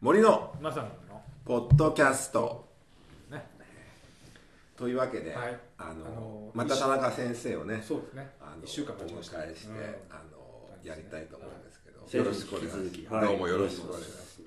森のまさのポッドキャストねというわけで、はいあのあのまた田中先生をねそうですねあの一週間お経ちました迎えして、うあんのやりたいと思うんですけど、いよろしくお願いし引き続きまはいすどうもよろしくお願いします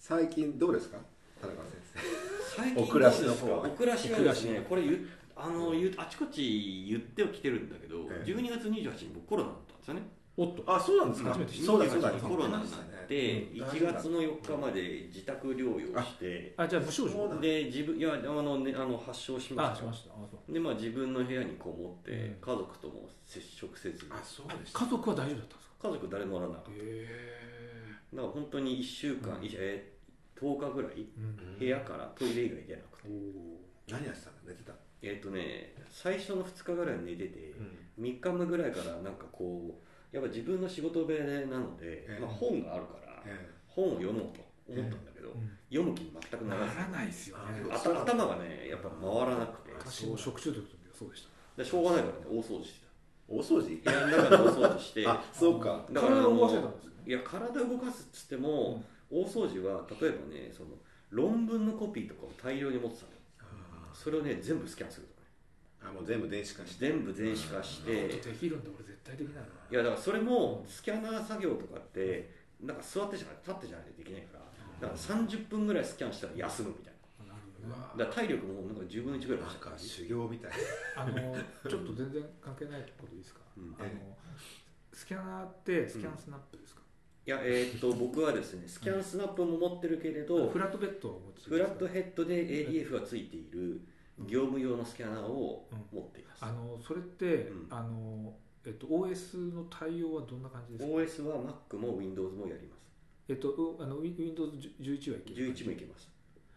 最近どうですか田中先最近お暮らしの方どうですかお暮らしおはです暮らねしこれゆあのゆあちこち言ってはきてるんだけど、ええ12月28日僕コロナだったんですよねおっと生あそうなんですか初めて知ったそうだそうだ28日コロナになって、うん1月の4日まで自宅療養してあじゃあ無症そう状だで自分いやあの、ね、あの発症しまあししたましたあそうでまあ自分の部屋にこもって、うん家族とも接触せずあそうでした家族は大丈夫だったんですか家族誰もならなかっただかへら本当に1週間、うんいえー10日ぐらいえ、うん、部屋からトイレ以外出なくて、何やってたの寝てた、えっ、とね最初の2日ぐらい寝てて、3日目ぐらいからなんかこうやっぱ自分の仕事部屋なので、ええまあ、本があるから、え本を読もうと思ったんだけど、読む気に全くならずないですよえあた頭がねやっぱ回らなくてあ私も食中毒の時はそうでしでしょうがないからね大掃除して大掃除た部屋の中の大掃除し てあそうかた体を動かせたんですよねいや体動かすっつっても、大掃除は例えばねその論文のコピーとかを大量に持ってたのよそれをね全部スキャンするとかねあもう全部電子化して全部電子化してできるんだ俺絶対できないないやだからそれもスキャナー作業とかってなんか座ってじゃない立ってじゃないといけないからだから30分ぐらいスキャンしたら休むみたいなうわなだから体力もなんか10分の1ぐらいな落んちたかからね修行みたいあのちょっと全然関係ないこといいですかうんあのスキャナーってスキャンスナップですか、いやえーっと僕はですねスキャンスナップも持ってるけれどフラットベッドをお持ちですかフラットヘッドで ADF がついている業務用のスキャナーを持っていますあのそれって、うんあのえっと OS の対応はどんな感じですか OS は Mac も Windows もやりますえっとうあの Win- Windows11 はいける11もいけます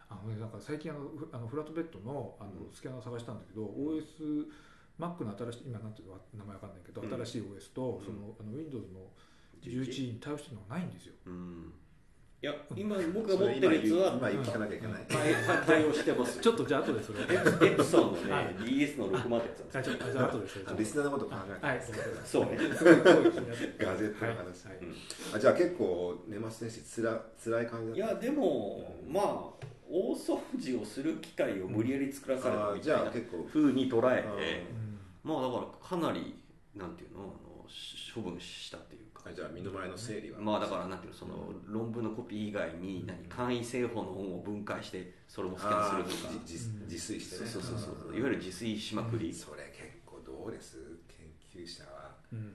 あのねなんか最近あのフあのフラットベッドのあのうんスキャナーを探したんだけど、OS Mac の新しい今なんていうの名前わかんないけど、うん新しい OS とうんそのあの Windows の11に対応してるのがないんですよ。うんいや今僕が持ってるやつは今言う聞かなきゃいけない、対対応してますちょっとじゃあ後でそれ。エプエプソンのはねい DS の6までやつなんですあちょっとじゃあ後でそれ。あリスナーのこと考えて、はい。ごめんなさいそうねすごいすごい気になってガジェットの話はいはいあじゃあ結構年末年始つら辛い感じだっいやでもまあ大掃除をする機会を無理やり作らされたあみじたいゃあな結構風に捉えてううんまあだからかなりなんていうのあのし処分したっていうかあじゃあ身の回りの整理は、まあだからなんていうのその論文のコピー以外に何簡易製法の本を分解してそれもスキャンするとかあーじじ自炊してそうねそうそうそういわゆる自炊しまくりそれ結構どうです研究者はうん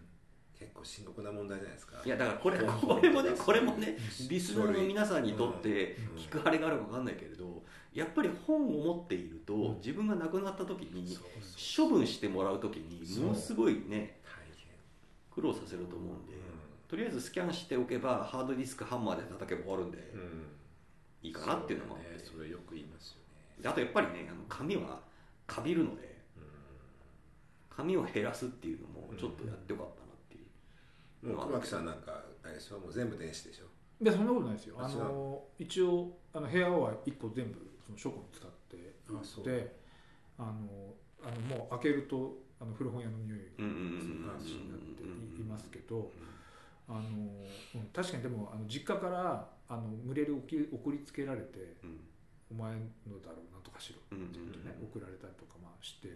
結構深刻な問題じゃないですかいやだからこれこれもねこれもねリスナーの皆さんにとってうん聞くあれがあるか分かんないけれどやっぱり本を持っているうんと自分が亡くなった時にそうそう処分してもらう時にそうものすごいね大変苦労させると思うんでとりあえずスキャンしておけばハードディスクハンマーで叩けば終わるんでうん、うんいいかなっていうのもあっそねてそれよく言いますよねであとやっぱりねあの紙はかびるので紙を減らすっていうのもちょっとやってよかったなっていううんもう熊木さんなんかあれでしょもう全部電子でしょでそんなことないですよ。ああの一応あの部屋は一個全部その書庫に使ってあそうで、あのあのもう開けるとあの古本屋の匂いうんうんがする感じになっていますけど、あのうん確かにでもあの実家からあの無理やり送り送りつけられてうんお前のだろうなんとかしろうんうんうんってね送られたりとかまあして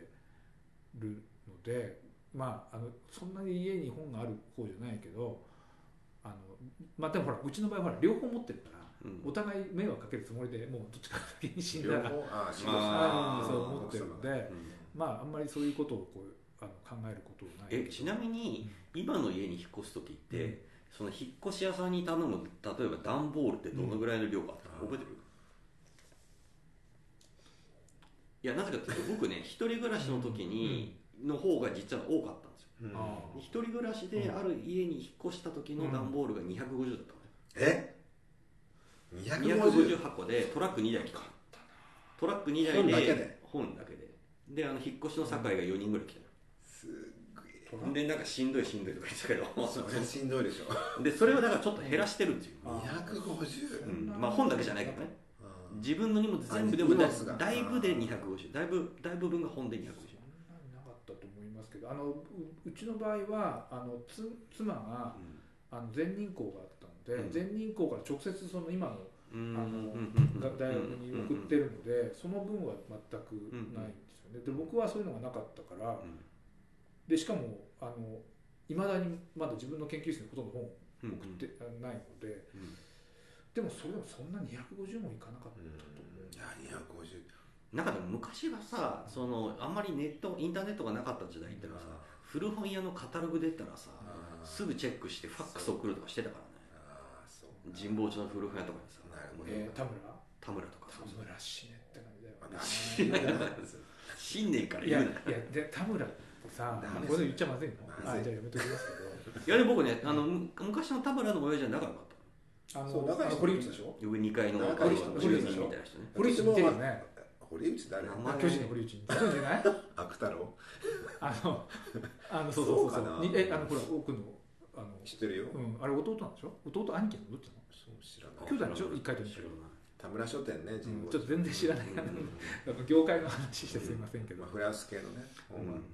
るのでまああのそんなに家に本がある方じゃないけどあのまあでもほらうちの場合はほら両方持ってるから。うんお互い迷惑かけるつもりでもうどっちか先に死んだ両ら方ああ仕事あーそう思ってるのでうんまああんまりそういうことをこうあの考えることはないえちなみに今の家に引っ越す時って、うんその引っ越し屋さんに頼む例えば段ボールってどのぐらいの量があったかうん覚えてる、いやなぜかというと僕ね一人暮らしの時にの方が実は多かったんですようんあー一人暮らしである家に引っ越した時の段ボールが250だったのね、え250 250箱でトラック2台来たトラック2本だけ台でで本だけでであの引っ越しの境が4人ぐらい来たすっトラのでなんかしんどいしんどいとか言ってたけどごいそれしんどいでしょでそれをだからちょっと減らしてるんですよ、あう250んまあ、本だけじゃないけどねうん自分の荷物全部でもだあ荷物がだいぶで250だいぶだいぶ分が本で250そんなになかったと思いますけどあのううちの場合はあのつ妻がうあの前任校があったのって、うん全日空から直接その今のうんあのが大学に送ってるので、その分は全くないんですよね。で僕はそういうのがなかったからでしかもあの未だにまだ自分の研究室にほとんど本をうん送ってないので、うんでもそれでもそんな250もいかなかったうんいや250なんかでも昔はさそのあんまりネットインターネットがなかった時代ってのはさ古本屋のカタログ出たらさあーすぐチェックしてファックス送るとかしてたからねああそうか神保町の古本屋とかにさなるほどえー、田村田村とか田村死ねって感じだよまあねなし新年からい言やういなやで田村ってさダメですこれ言っちゃまずいのまずいあじゃあやめときますいやでも僕ねあのむ昔の田村の親父は仲良かったけどあそうの仲良あい人の堀内でしょ上2階の仲良い人住人みたいな人ね堀内似てるよね堀内誰名前あ巨人の堀内にそうじゃ ない悪太郎あのあのそうそうそうかそうなにえあのほら奥のあの知ってるようんあれ弟なんでしょ弟兄貴のどっちなのそう知ら兄ない弟でしょ一回と二知回らない田村書店ね神う保ん町ちょっと全然知らないなんか業界の話してすいませんけどまあ、フランス系のね本はうん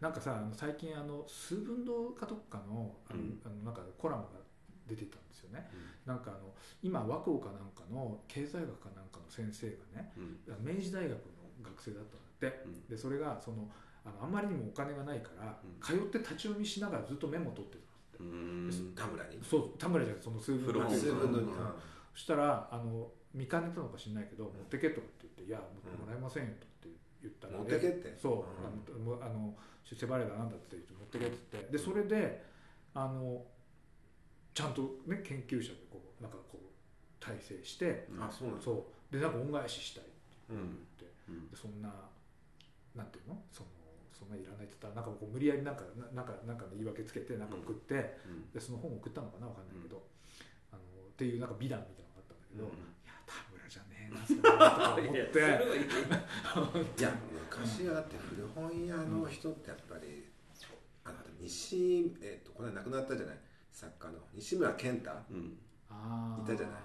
なんかさあの最近あの数分堂かどっかのあの,、うんあのなんかコラムが出てたんですよねなんかあの今和光かなんかの経済学かなんかの先生がねうんうん明治大学の学生だったんだってうんでそれがそのあのあんまりにもお金がないから、うん通って立ち読みしながらずっとメモ取ってたうんだって、ん田村にそう田村じゃなくてその数分古堂本数分のにうんあそしたらあの見かねたのか知んないけど「持ってけ」とかって言って「いやもらえませんよ」とかって言ったら、持ってけってそううん、あのもうあの出世バレーだなんだって言って持ってけって言ってでそれであのちゃんと、ね、研究者でこうなんかこう体制して、あそうなんだそうでなんか恩返ししたいってうん言って、でそんななんていうのそのそんないらないって言ったらなんかこう無理やりなんかななんかなんかの言い訳つけてなんか送って、でその本を送ったのかなわかんないけど、あのっていうなんか美談みたいなのがあったんだけど、いや田村じゃねえなそれはとか思って いや昔はだって古本屋の人ってやっぱりあの西えっとこの間亡くなったじゃない作家の西村健太 あーいたじゃない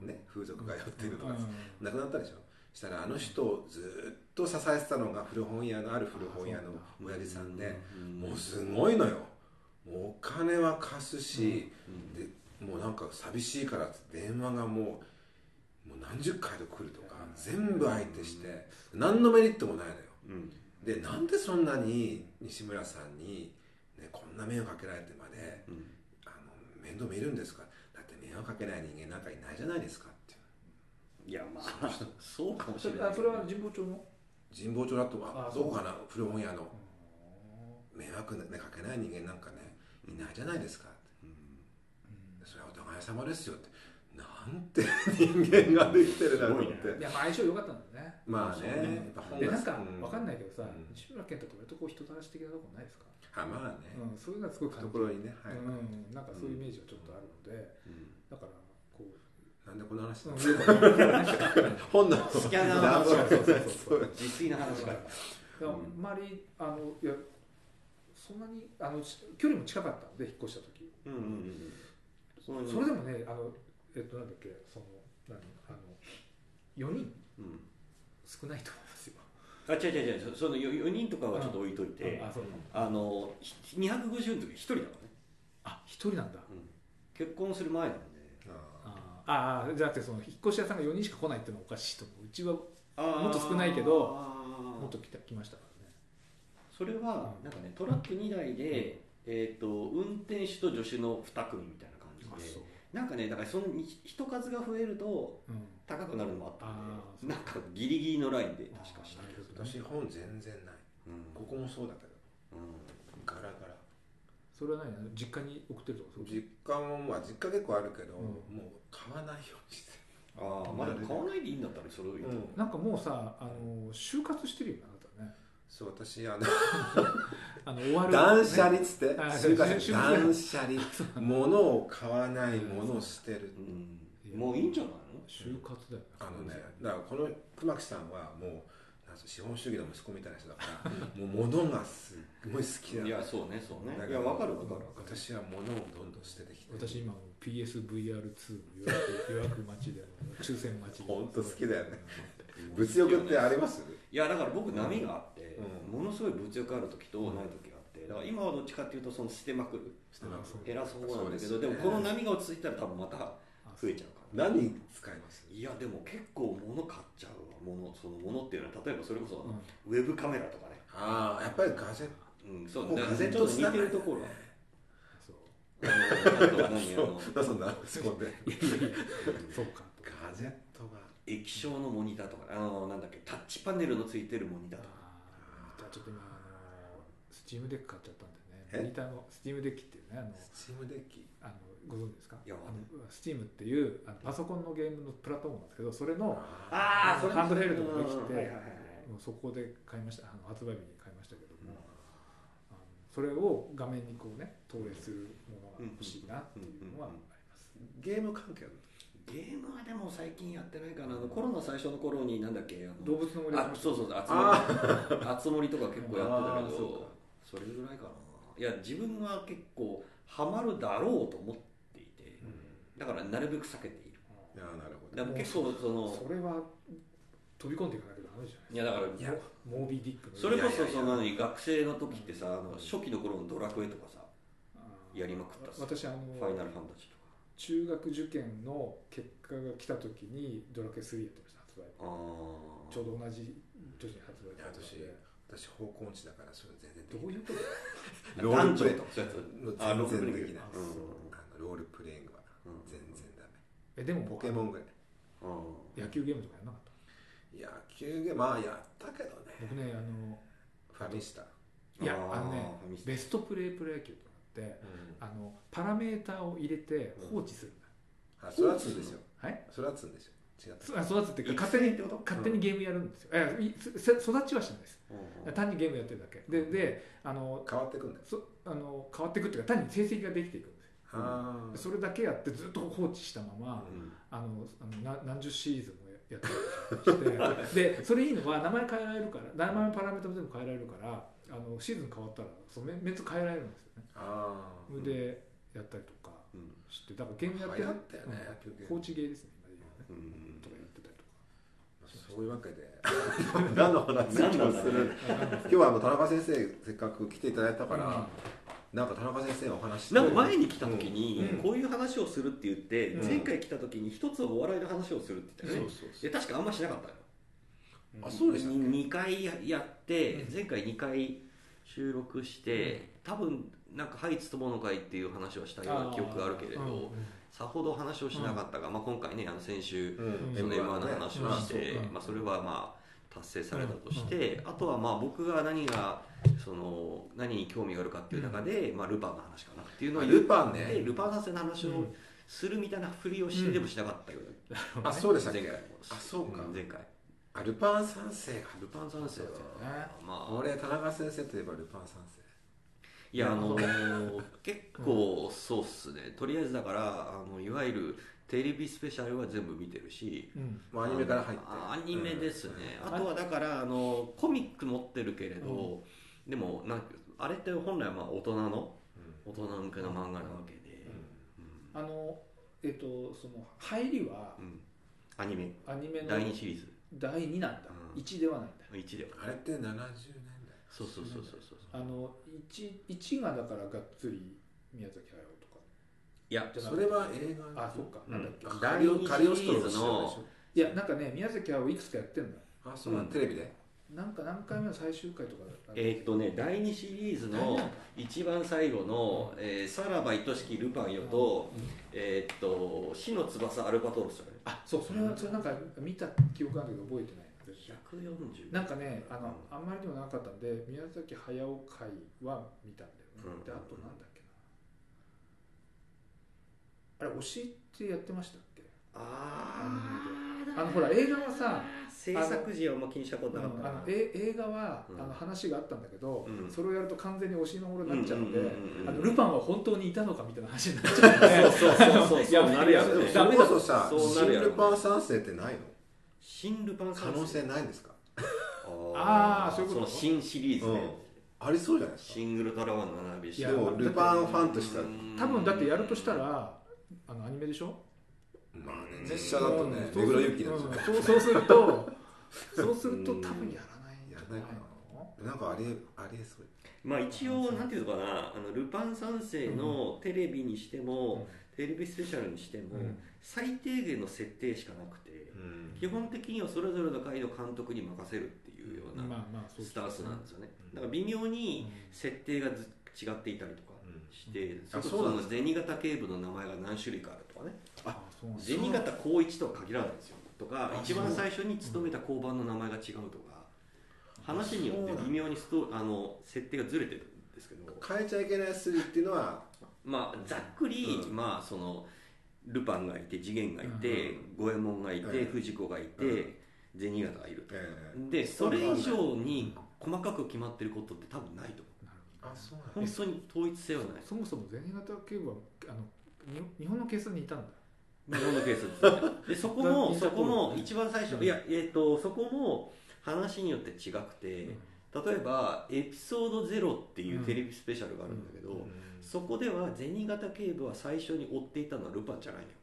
うんね風俗が寄ってるとうかん亡くなったでしょしたらあの人をずっと支えてたのが古本屋のある古本屋の親父さんでもうすごいのよもうお金は貸すし、でもうなんか寂しいからって電話がもうもう何十回と来るとか全部相手して何のメリットもないのよでなんでそんなに西村さんに、ね、こんな迷惑かけられてまであの面倒見るんですかだって迷惑かけない人間なんかいないじゃないですかっていういやまあそうかもしそれれなあいそれは神保町の神保町だとはあどこかな古本屋の迷惑、ね、かけない人間なんかねいないじゃないですかってそれはお互い様ですよってなんて人間ができてるだろうっすごいいてやまあ相性良かったんだよねまあねそうねやっぱ本でがなんかうわかんないけどさ、うん西村健太って割とこう人たらし的なとこないですか、あまあうねん、そういうのはすごい感じ懐にねはいうん、なんかそういうイメージはちょっとあるので、だからこう、なんでこの話そなのの上 の本のスキャナー のダブ話ルそうそうそうそう自炊の話がだからうんあんまりあのいやそんなにあのし距離も近かったので引っ越した時うんうんうんそそれでもねあのえっとなんだっけその何あの4人少ないと思いますよあ違う違う違うその4人とかはちょっと置いといてあそうあの250の時1人だからねあ一人なんだ結婚する前なんでああーあーじゃなくてその引っ越し屋さんが4人しか来ないっていうのはおかしいと思ううちはももっと少ないけどっと来た来ましたからねそれはなんかねトラック2台で、えー、と運転手と助手の2組みたいな感じでう、なんかねだからそのひ人数が増えるとうん、高くなるのもあったあーそうんでなんかギリギリのラインで確かしたあーなるほどね私本全然ないうんここもそうだけどうガラガラそれは何実家に送ってるとかそういう実家もまあ実家結構あるけど、うんもう買わないようにしてんああまだ買わないでいいんだったらそれをいいと、る、なんかもうさあの就活してるよねあなたねそう私あのあの終わる、断捨離っつって、あすいません就活断捨離物を買わない物を捨て るうん、もういいんじゃない就活だよあのねだからこの熊木さんはもうなんか資本主義の息子みたいな人だからもう物がすっごい好きのだいやそうねそうねだいやわかるわかる私は物をどんどん捨ててきて私今 PSVR2 の予約予約待ちで抽選待ちでほんと好きだよね物欲ってありますいやだから僕波があって、うものすごい物欲ある時とない時があって、だから今はどっちかっていうとその捨てまくるしてないあそう偉そうなんだけそうどでですねもこの波が落ち着いたら多分また増えちゃうから何使いますいやでも結構物買っちゃうわ物その物っていうのは例えばそれこそうんウェブカメラとかねああやっぱりガジェッうんそうもうだから風ちょっと似てるところはそうあのあとは何あのトそんなそこでそうかとガジェットが液晶のモニターとかあのなんだっけタッチパネルのついてるモニターとかあーじゃあちょっと今あのスチームデック買っちゃったんだえよねモニターのスチームデックっていうねあのスチームデッキあのご存知ですかいやわかんないあの Steam っていうあのパソコンのゲームのプラットフォームなんですけどそれのあーそれハンドヘルドができうんうんうんてはいはいはいもうそこで買いましたあの発売日に買いましたけども、あのそれを画面にこうね投影するものが欲しいなっていうのはあります、ゲーム関係のゲームはでも最近やってないかなあのコロナ最初の頃になんだっけあの動物の森あそうそうそうああつ森とか結構やあーってたけそうかどそれぐらいかないや自分は結構ハマるだろうと思っていてだからなるべく避けているああなるほでども結構そのそれは飛び込んでいかなきゃダメじゃないいいややだからモービーディックのそれいこそやいやいやその何学生の時ってさあの初期の頃のドラクエとかさあーやりまくったっす私あのファイナルファンタジーとか中学受験の結果が来た時にドラクエ3やってました発売ああちょうど同じ年に発売いや私私方向音痴だからそれ全然できどないういうことロールプレイとかそういうやつあロ全ール然プレイできないうんあのロールプレイングはうん全然ダメえでもポケモンぐらいうん野球ゲームとかやんなかった野球ゲームまあやったけどね僕ねあのファミスタいやーあのねファミスタベストプレープロ野球とかってあのパラメーターを入れて放置するんだ、あそれはつんですよはいそれはつんですよ違ったそあ育つっていうか勝手にってこと勝手にゲームやるんですよ、えいすせ育ちはしないですうんうん単にゲームやってるだけでであの変わってくんだよそあの変わっていくっていうか単に成績ができていくんですよあそれだけやってずっと放置したまま、うんあのあのな何十シリーズもやってして でそれいいのは名前変えられるから名前のパラメータも全部変えられるからあのシーズン変わったらそうメンメンツ変えられるんですよねあそれでやったりとかうんしてだからゲームやって流行ったよねうん野球ゲーム放置ゲーですね今で言うねうんとかやってたりとそういうわけで 何の話を今日するかあなん今か日はあの田中先生せっかく来ていただいたから、うんなんか田中先生のお話なんか前に来た時にうんこういう話をするって言ってうん前回来た時に一つお笑いの話をするってうん言っそたうそうよねそでう確かあんましなかったよあそうでしたっけ2回やってうん前回2回収録して多分なんか「ハイツ友の会」っていう話をしたような記憶があるけれどさほど話をしなかったがまあ今回ねあの先週うんうんその M1 m 1の話をしうんてそううんまあそれはまあ達成されたとしてあとはまあ僕が何がその何に興味があるかっていう中でまあルパンの話かなっていうのをあ言っルパンてねルパン三世の話うをんするみたいなふりをしてでもしなかったようんあそうでしたっ前け回もあそうかん前回あルパン三世がルパン三世はまあ俺田中先生といえばルパン三世いやあのー結構そうっすねとりあえずだからあのいわゆるテレビスペシャルは全部見てるしうんもうアニメから入ってあアニメですね、うんあとはだからあのコミック持ってるけれど、でもなんかあれって本来はまあ大人のうん大人向けの漫画なわけで、うんあのえっとその入りはうんアニメアニメの第2シリーズ第2なんだうん1ではないんだ1ではうんあれって70年代そうそうそうそうそうあの 1, 1がだからがっつり宮崎駿とかいやじゃなそくてれは映画あそっか、うんなんだっけあ第カリオ二カリオスシトリローズの知らのないでしょいやなんかね宮崎駿いくつかやってんだあそうなうんんテレビでなんか何回目の最終回とかえーっとね第2シリーズの一番最後の「えーさらば愛しきルパンよ」とうん「えーっと死の翼アルバトロス」だねあそうそれはそれなんか見た記憶あるけど覚えてないな全然140なんかねあのあんまりでもなかったんで宮崎駿会は見たんだよね、うんであとなんだっけなあれ推しってやってましたっけあーあのほら映画はさ制作時はあんま気にしたことあなのかったあのえ映画は、うんあの話があったんだけど、うんそれをやると完全に推しのものになっちゃうので、うんうんうんうんあのルパンは本当にいたのかみたいな話になっちゃうのでそうそうそうそうあのやめなるややつめねそダれメこだそさそうな新るやろルパン三世ってないの新ルパン可三世能性ないんですかあーそういうことの新シリーズね、うんありそうじゃないですかシングルトラワンの並びいしやでもルパンファンとしては多分だってやるとしたらあのアニメでしょまあね実写だとねそう目す黒るゆきなんですようんそうそうするとそうすると多分やらないんじゃやらないのないかなんかありありえそうまあ一応なんていうのかなあのルパン三世のテレビにしても、テレビスペシャルにしても、うん最低限の設定しかなくて、うん基本的にはそれぞれの回の監督に任せるっていうようまあなまあそうスタンスなんですよね、うんだから微妙うんに設定がず違っていたりとかうんして、うんそれこあそそうなそんでの銭形警部の名前が何種類かあるとかねあそうなんだ銭形光一とは限らないんですよとかあ一番最初に勤めた交番の名前が違うとか話によって微妙にストあの設定がずれてるんですけど変えちゃいけない筋っていうのはまあざっくり、うんまあそのルパンがいて次元がいて、五右衛門がいて、うん藤子がいて、うん銭形がいると、えでそれ以上に細かく決まってることって多分ないとなるほあどそう思う本当に統一性はないそもそも銭形警部はあのに日本の警察にいたんだ日本のケースですよねでそこもだそこも一番最う初んいやえっ、とそこも話によって違くて、うん例えば「エピソードゼロっていうテレビスペシャルがあるんだけど、そこでは銭形警部は最初に追っていたのはルパンじゃないのよ、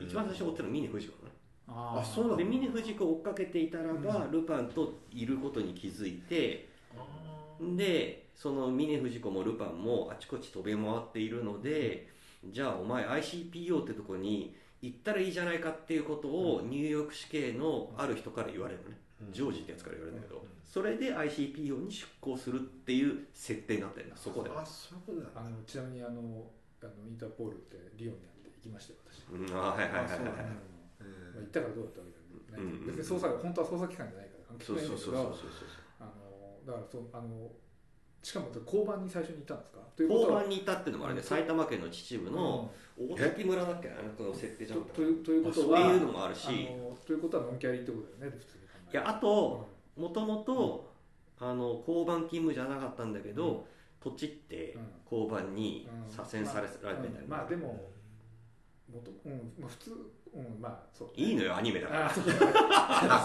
うん一番最初追ってたのは峰藤子なああそうなのんだで峰藤子を追っかけていたらば、うんルパンといることに気づいてあでその峰藤子もルパンもあちこち飛び回っているのでじゃあお前 ICPO ってとこに行ったらいいじゃないかっていうことをニューヨーク市警のある人から言われるのねージョージってやつから言われるんだけど、うんそれで ICPO に出向するっていう設定になってるんだそこであそういうことなんだあのちなみにあのあのインターポールってリオンにあって行きましたよ私、うんあはいはいあそうはいはいなはんだえうんまあ、行いーったからどうだったわけじゃない、うんうん別に捜査本当は捜査機関じゃないから関係そうないんそうだそうけどあのだからそうそうそうあのしかも交番に最初にいたんですかということ交は番にいたってのもあれね埼玉県の秩父の大滝村だっけなこの設定じゃうんなとかっというとたいうこそとうはいうのもあるしあのということはノンキャリーってことだよね普通に考えいやあともともとあの交番勤務じゃなかったんだけど、土地ってうん交番に左遷されられてたうりんまあでももと、うんまあ、普通、うん、まあそういいのよアニメだからあ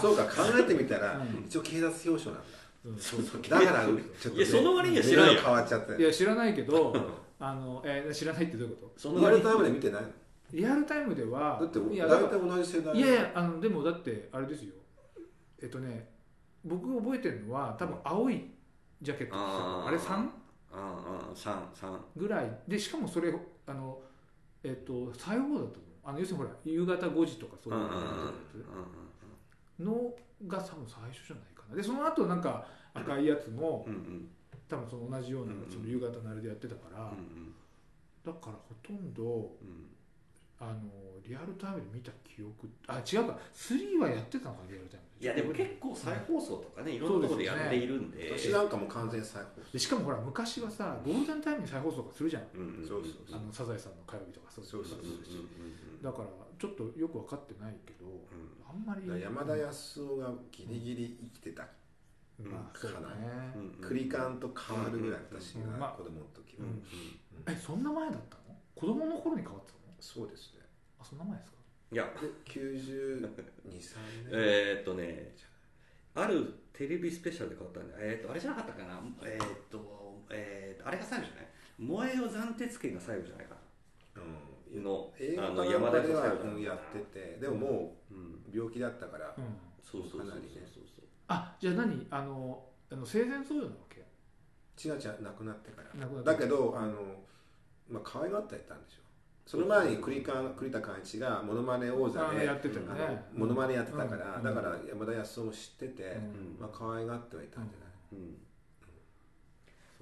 そあそううか考えてみたらうん一応警察表彰なんだうんそうそうだからちょっといやその割には知色らんがよ変わっちゃっていや知らないけどあの、えー知らないってどういうこそのリア割ルにタイムで見てないのとリアルタイムではだっていや大だから体同じ世代いやいやあのでもだってあれですよえっとね僕が覚えてるのは多分青いジャケットですよああーれ3うんうん三三ぐらいでしかもそれあのえっと最後だと思うあの要するにほら夕方5時とかそうういんううやんうんうんうんつのが多分最初じゃないかなでその後なんか赤いやつもうんうん多分その同じようなうんその夕方のあれでやってたかうらんだからほとんどうんあのリアルタイムで見た記憶あ違うか3はやってたのかリアルタイムいやでも結構再放送とかねいろんなところでやっているんで私なんかも完全に最高でしかもほら昔はさゴールデンタイムに再放送とかするじゃんうんうんうんそうそうそあのサザエさんの火曜日とかそうそうそうそうするしうんだからちょっとよく分かってないけどうんあんまりだから山田康夫がギリギリ生きてたまあそうだねかなうんうんクリカンと変わるぐらいうん私うんまあが子供の時うはんうんえそんな前だったの子供の頃に変わってたのそうですねあそんな前ですかいやで92 3年 えー、っとねあるテレビスペシャルで変わったんだえー、っとあれじゃなかったかなえー、っと、えーっとあれが最後じゃない燃えよ斬鉄拳が最後じゃないかなうんの映画あかのなん山か田では康夫うんやっててでももうんう病気だったからうんそうそうそうかそうなりねそうそうあじゃあ何あのあの生前相続なわけちがちゃん亡くなってから亡くなってだけどあのまあ可愛がってやったんでしょその前に栗川栗田寛一がモノマネ王座あでやってたよあねのモノマネやってたから、うんだから山田康夫も知ってて、うんまあ可愛がってはいたんじゃない、うん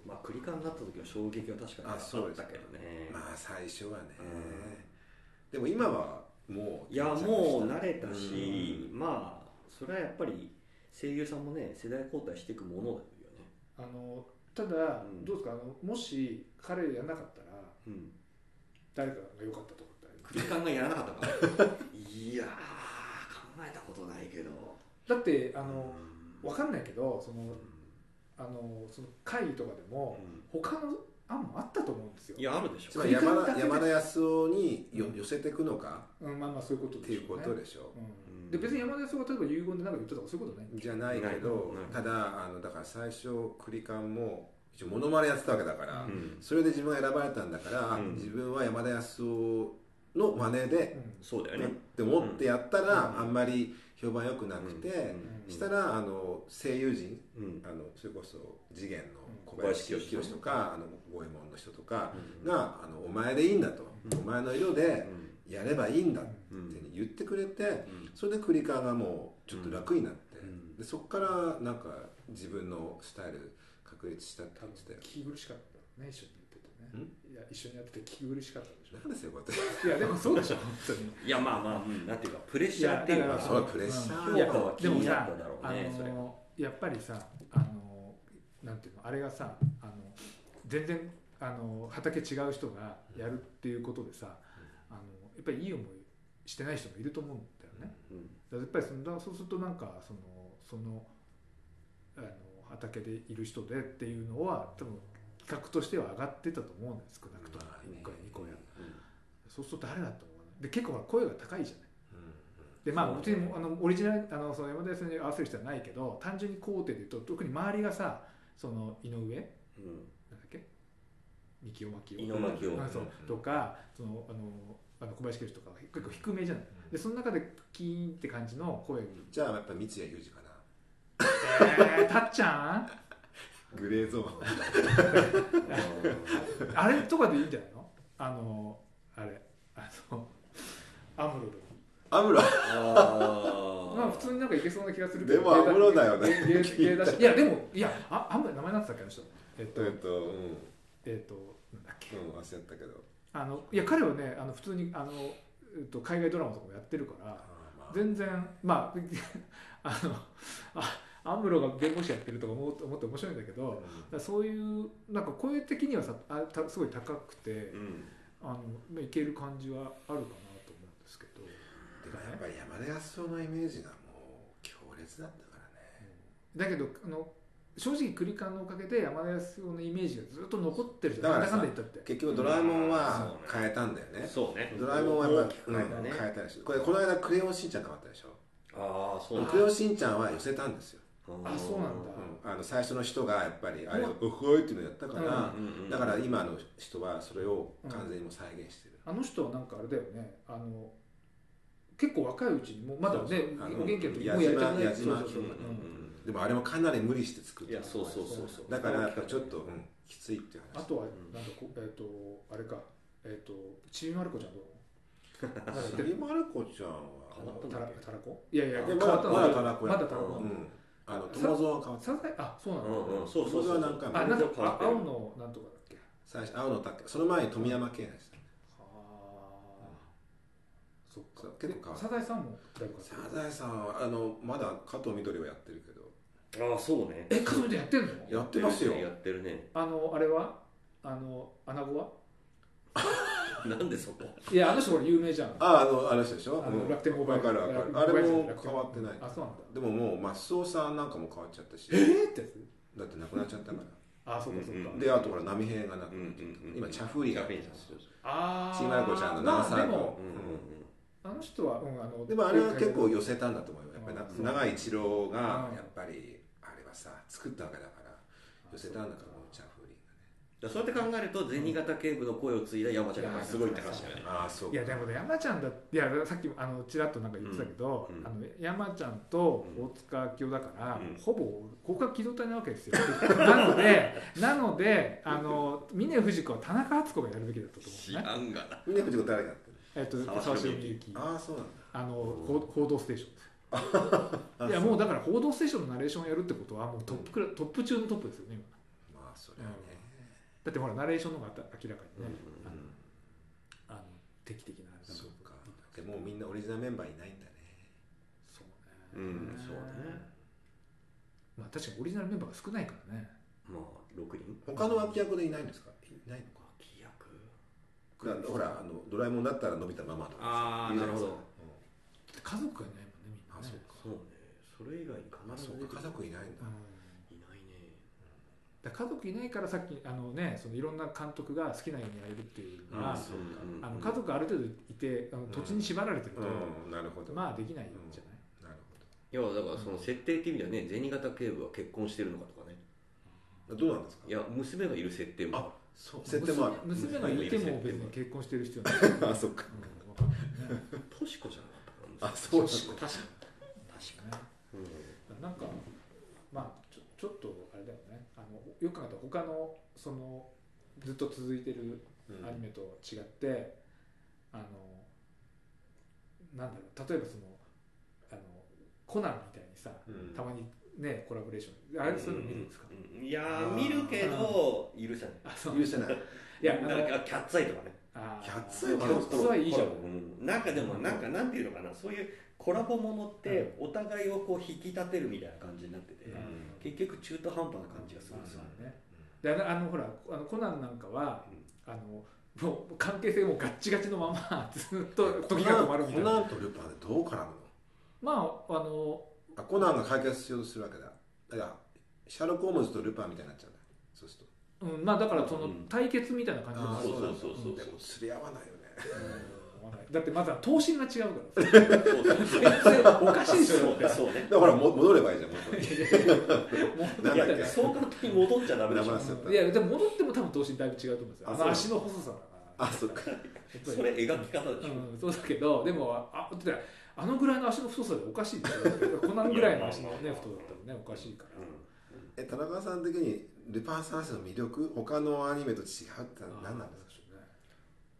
まあクリカンになった時は衝撃は確かにああったそうですけどね、まあ最初はね、うでも今はもういいやもう慣れたし、まあそれはやっぱり声優さんもね世代交代していくものだよねあのただうんどうですかあのもし彼やんなかったらうん誰かが良かったとかってあるクリカンがやらなかったから いやー考えたことないけどだってああのわかんないけどそのあのその会議とかでも他の案もあったと思うんですよい。やあるでしつょまり山繰り返しだ田けで山田康夫にようん寄せていくのかうん、まあまあそういうことっていうしょこうねとでしょうん、で別に山田さんが例えば遺言でなんか言ってたとかそういうことね。じゃないけどないないただあのだから最初栗ンも一応モノマネやってたわけだから、ううんそれで自分が選ばれたんだから、うん自分は山田康夫の真似でうそうだよやっねて思ってやったら、うんあんまり評判良くなくて、したら、らあの声優陣うんあのそれこそ次元のうん小林清志とか、あの五右衛門の人とかが「あのお前でいいんだ」と「うんお前の色でやればいいんだ」っうんて言ってくれてそれでクリカがもうちょっと楽になって、うんでそこからなんか自分のスタイル確立したって多言分ってたよ気苦しかったね一緒にやっててねいや一緒にやってて気苦しかったで しなんですよこうやってょいやでもそうでしょ本当にいやまあまあ、うんなんていうかプレッシャーっていういかやだそかれらはプレッシャいーやよ評価は気でもにさなっただろうねそれあはのやっぱりさあのなんていうのあれがさあの全然あの畑違う人がやるっていうことでさ、あのやっぱりいい思いしてない人もいると思うんだよね。うんだからやっぱりそのだからそうするとなんかそのそのあの畑でいる人でっていうのは多分企画としては上がってたと思うんです少なくともまあね1回2個やうんそうすると誰だと思うねで結構声が高いじゃなうい。でまそうあねうちにもあのオリジナルあのその山田康に合わせる人はないけど単純に工程で言うと特に周りがさその井上なんだっけ三木尾真井上真紀夫あそうとかそのあのあの小林清志とかは結構低めじゃないでその中でキーンって感じの声がんじゃあやっぱ三谷裕二かなえー、たっちゃグレーゾーンんあれとかでいいんじゃないのあのあれあのアムロでアムロ あーまあ普通になんかいけそうな気がするけどでも安室だよね芸芸芸だしいやでもいやあアムロ名前なんて言ったっけあの人えっとえっとうん、うん、えっ、と、なんだっけ。忘れちゃったけどあの、いや、彼はね、あの、普通に、あの、えっと、海外ドラマとかもやってるから。全然、まあ、 あの、あ、アムロが弁護士やってるとか思う思って面白いんだけど。だからそういう、なんか声的にはさ、あ、た、すごい高くてう、んあの、まあいける感じはあるかなと思うんですけど。でもやっぱり山田康夫のイメージがもう強烈だったからねだけど、あの。正直クリカンのおかげで山田康夫のイメージがずっと残ってるじゃだんなかんらさだかんだ言ったって結局ドラえもんはそう変えたんだよねそうねドラえもんはやっぱり、大きく変うんえた変えねたでしょこれこの間「クレヨンしんちゃん」変わったでしょああそうなんクレヨンしんちゃんは寄せたんですよ、あそうなんだうんあの最初の人がやっぱりあれうをん「うふい」っていうのやったから、うんうんうんだから今の人はそれを完全にもう再現してる、あの人はなんかあれだよねあの結構若いうちにもうまだそうねそうあのお元気の時矢もうやりた島くない矢島そうそうそ君ううんうんでもあれもかなり無理して作っいてやそうそうそうそうだからやっぱちょっと、うんきついっていうあ話とはんなんかこうえっ、とあれかえっ、とちびまる子ちゃんどうまだやっちてびるまる子ちゃん変わはったんただらっけたらこいやいやい変やわったのまだまだたらこまやだたらうこんあの友蔵は変わったサザエあそうなんだ、うんうんそうそ僕うそうはなんかあなんか全然変わあってる青のなんとかだっけ最初青の竹その前に富山県でしたはあそっそうか結構変わったでサザエさんもだいぶサ変わったザエさんはあのまだ加藤みどりはやってるけどああそうねえ家族でやってんのやってますよやってるねあのあれはあの穴子は なんでそこいやあの人これ有名じゃんああのあの人でしょあうのん楽天モバイルわかるわかる楽天モバあイルれも変わってないあそうなんだでももうマスオさんなんかも変わっちゃったしえーってやつだってなくなっちゃったかあそうかそううんかうらんであとほら波平がなくうんなっうてんうん今チャフリーがチャフリーそうあーちびまる子ちゃんの7まあ歳でものうんうんあの人はうんあのでもあれは結構寄せたんだと思うよやっぱりなうん長井一郎がうんやっぱりあれはさ作ったわけだから寄せたんだと思うチャフリだからそうやって考えると銭形警部の声を継いだ山ちゃんがすごいって話だよねーがねああそういやでもね山ちゃんだいやさっきもあのちらっとなんか言ってたけど、うんうんあの山ちゃんとうん大塚明夫だから、うんほぼ互角機動隊なわけですよ なのでなのであの峰不二子は田中敦子がやるべきだったと思知うねらんがな峰藤子誰がやってるえっと沢沢城城みみゆゆきああそうなんだあのうん報報道ステーションいやもうだから「報道ステーション」のナレーションをやるってことはもうトップクラトップ中のトップですよね今まあそれはねだってほらナレーションの方が明らかにね、うんうんうんあのあの定期的なあれだそとう思かでもうみんなオリジナルメンバーいないんだねそうね、うんそうねまあ確かにオリジナルメンバーが少ないからねまあ6人他の脇役でいないんですかいないのか脇役だってほらあのドラえもんだったら伸びたままとかああいいじゃなるないほですどかだって家族がいないもんねみんあなねそうそうねそれ以外にうんあ必そずうか家族いないんだうんいないねだから家族いないからさっきあのねそのいろんな監督が好きなようにやれるっていうのは、あそうかんんあの家族がある程度いてあの土地に縛られてると、うんなるほどまあできないんじゃなない、るいやだからその設定っていう意味ではね銭形警部は結婚してるのかとかねほどどうなんですかいや娘がいる設定もあそう設定もある娘娘がいても別に結婚してる必要ない、あそっかうんわかんないねトシコじゃなかったかなあそう確か確かよねなんかまあちょちょっとあれだよねあのよく考えたら他のそのずっと続いてるアニメと違って、あのなんだろう例えばそのあのコナンみたいにさうんたまにねコラボレーションあれそういうの見るんですか、うんいやー見るけど許さないあそう許せないいやあだのからキャッツアイとかねあーキャッツアイはキャッツアイいいじゃんうんなんかでもなんかなんていうのかなそういうコラボものってお互いをこう引き立てるみたいな感じになってて、うん結局中途半端な感じがするんですよ、そうだねであのあのほらあのコナンなんかはあのもう関係性もうガッチガチのまま ずっと時が止まるみたいコナなンとルパンでどう絡むのまああのあコナンが解決しようとするわけだだからシャーロック・ホームズとルパンみたいになっちゃうんだそうするとうん、まあだからそのうん対決みたいな感じになるあーそうそうそうそうでも釣り合わないよねだってまずは頭身が違うから そうそうそう 全然おかしいでしょだってそうねだからも 戻ればいいじゃん元に戻なんだっけいやそう簡単に戻っちゃダメでしダょメだ いやでも戻っても多分頭身だいぶ違うと思うんですよああそうの足の細さだからあそっかやっぱりそれ描き方でしょ、うん、そうだけどでもあだってあのぐらいの足の太さでおかしいでしょだってこんなぐらいの足のねいやまあまあ太だったらねおかしいから、え田中さん的にルパン三世の魅力他のアニメと違うって何なんですかかね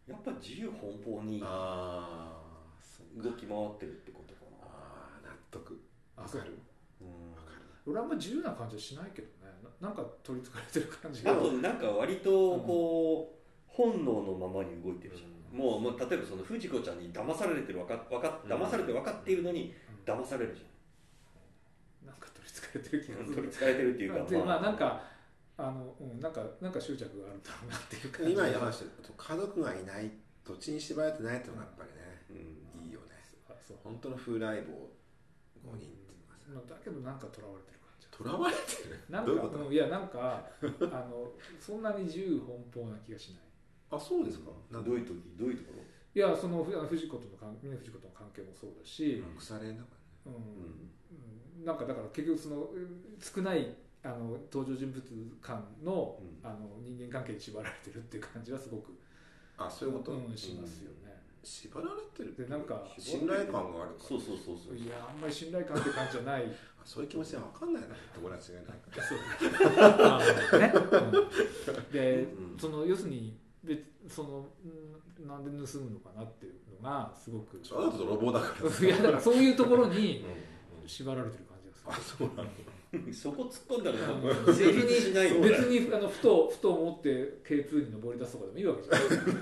やっぱ自由奔放にああそ動き回ってるってことかなあー納得あわそかうるうんわかる俺あんま自由な感じはしないけどねななんか取りつかれてる感じあがとなんか割とこう、本能のままに動いてるじゃん、うんもうもう例えばその藤子ちゃんに騙されてるわかわかうん騙されて分かっているのにうん騙されるじなんか取りつかれてる気ゃがすん、取るりつかれてるっていうまあかでまあなんかあの、うん、なんかなんか執着があるんだろうなっていう感じ今に話してると家族がいない土地に縛られてないっていうのがやっぱりねうんいいよねあそう本当の風来坊5人っていうかさまあだけどなんかとらわれてる感じ囚われてるなんかどういうことんいやなんかあのそんなに自由奔放な気がしないあそうですかなんでどういう時どういうところいやそのふあの藤子との関峰藤子との関係もそうだし、腐れ縁だかうんうんうんなんかだから結局そのうん少ないあの登場人物間の,、うんあの人間関係に縛られてるっていう感じはすごくらねあそういうこと、うん、しますよね、縛られてるでなんか信頼感があるからそうそうそうそういやあんまり信頼感って感じじゃないあそういう気持ちは分かんないな友達がいないからそう あのね、うんでうんその要するに別そのうんなんで盗むのかなっていうのがすごくそれだと泥棒だから いやだからそういうところにうん縛られてる感じがするあそうなのそこ突っ込んだらもううん成立しないもんだ別よにあのふとふと思って K2 に上り出すとかでもいいわけじゃ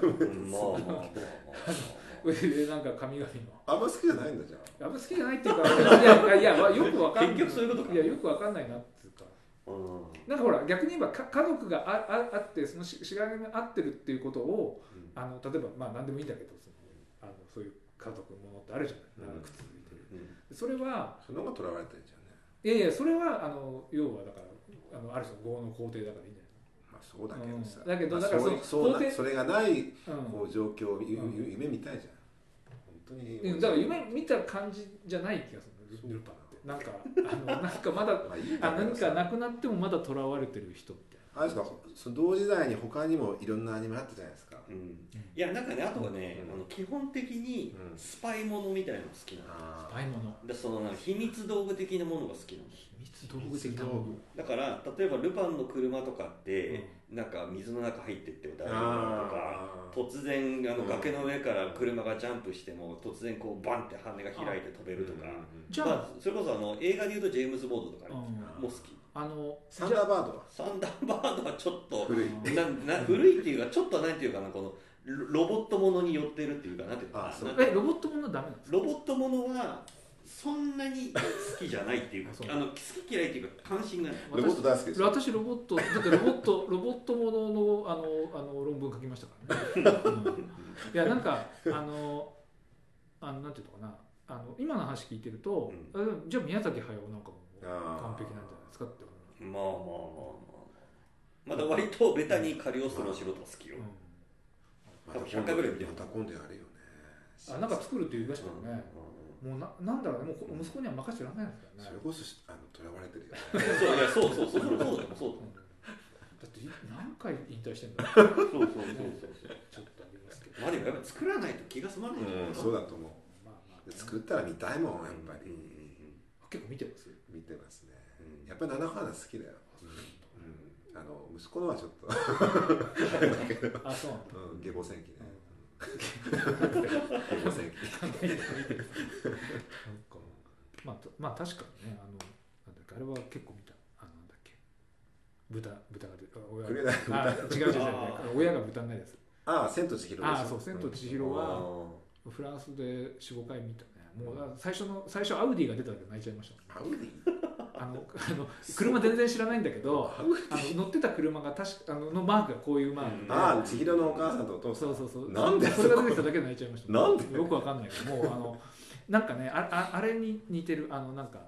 うんまあまあまあまあまないでなんか 神々のあんま好きじゃないんだじゃああんま好きじゃないっていうかいやいやいやよくわかんない結局そういうことかいやよくわかんないなっていうかあうんなんかほら逆に言えばか家族があああってそのししがらみが合ってるっていうことをあの例えばまあ何でもいいんだけどそのあのそういう家族ものってあるじゃないうん長く続いてる、うんそれはその方がとらわれてるじゃんねいやいやそれはあの要はだからあのある種の業の皇帝だからいいんじまあそうだけどさ、うんだけどまあだからそうそそう肯な定それがないゃない、こう状況を、ゆうんゆ夢見たいじゃん本当にうんうん、だから夢見た感じじゃない気がするルルパンってなんかあのなんかまだまあいいんだあけど何さかなくなってもまだとらわれてる人みたいあなれですかその同時代に他にもいろんなアニメあったじゃないですか、うんいやなんかねあとはねうんあの基本的にうんスパイものみたいなの好きなのあ買い物でそのなんか秘密道具的なものが好きなの秘密道具的なも秘密道だから例えばルパンの車とかって、なんか水の中入ってっても大丈夫なのとかあー突然あうのん崖の上から車がジャンプしても突然こうバンって羽が開いて飛べるとか、うんじゃあ、まあ、それこそあの映画でいうとジェームズ・ボードとかうね、ん、もう好きあのサンダーバードはサンダーバードはちょっと古いうんなな古いっていうかちょっとなんていうかなこのロロボットものに寄ってるっていうかなんていうかなあそうなんかえロボットものはダメなんですかロボットものはそんなに好きじゃないっていうかあそうあの好き嫌いっていうか関心がないロボット大好きですよ私ロボットだってロボット ロボットもののあのあの論文書きましたからね、うんいやなんかあのあのなんていうのかなあの今の話聞いてると、あでもじゃあ宮崎駿なんかも完璧なんじゃないですかって思まあまあまあまあまだ割とベタにカリオストロの仕事好きよう、うんまた多分100回ぐらい見てるまた今度やるよねあなんか作るって言いましたようんね、もうななんだろうねもうこ息子には任せてらんないですからそれ、ねこそしあの囚われてるよねそういやそうそうそうそうだよそううんだってい何回引退してんだろうだよそうそうそうそうちょっとありますけどまあでもやっぱ作らないと気が済まないよねうんそうだと思まあまあうねで作ったら見たいもんやっぱり、うん結構見てます見てますね、うんやっぱり七花好きだよ、うん、あの息子のはちょっとだけど、あそうなんだうん、下坊戦記ね、うん下坊戦記なんかまあとまあ確かにねあのなんだっけあれは結構見たあのなんだっけ豚豚が出てあ親くれないがあ違う違う違うあー親が豚になるやつああ千と千尋でしょああそう千と千尋はうフランスで45回見たねもうあ最初の最初アウディが出ただけで泣いちゃいましたんアウディあのあの車全然知らないんだけどアウデあの乗ってた車が確かあののマークがこういうマークで、ああ千尋のお母さんとお父さんそうそうそうなんでそれが出てきただけで泣いちゃいましたなんでよくわかんないけどもうあのなんかねあああれに似てるあのなんか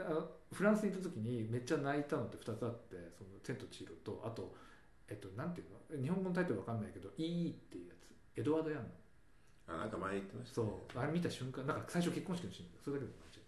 あフランスに行った時にめっちゃ泣いたのって2つあって「その千と千尋」とあとえっとなんていうの日本語のタイトルわかんないけど「EE」っていうやつエドワード・ヤンのあなんか前言ってましたねそうあれ見た瞬間なんか最初結婚式のシーンそれだけで泣いちゃ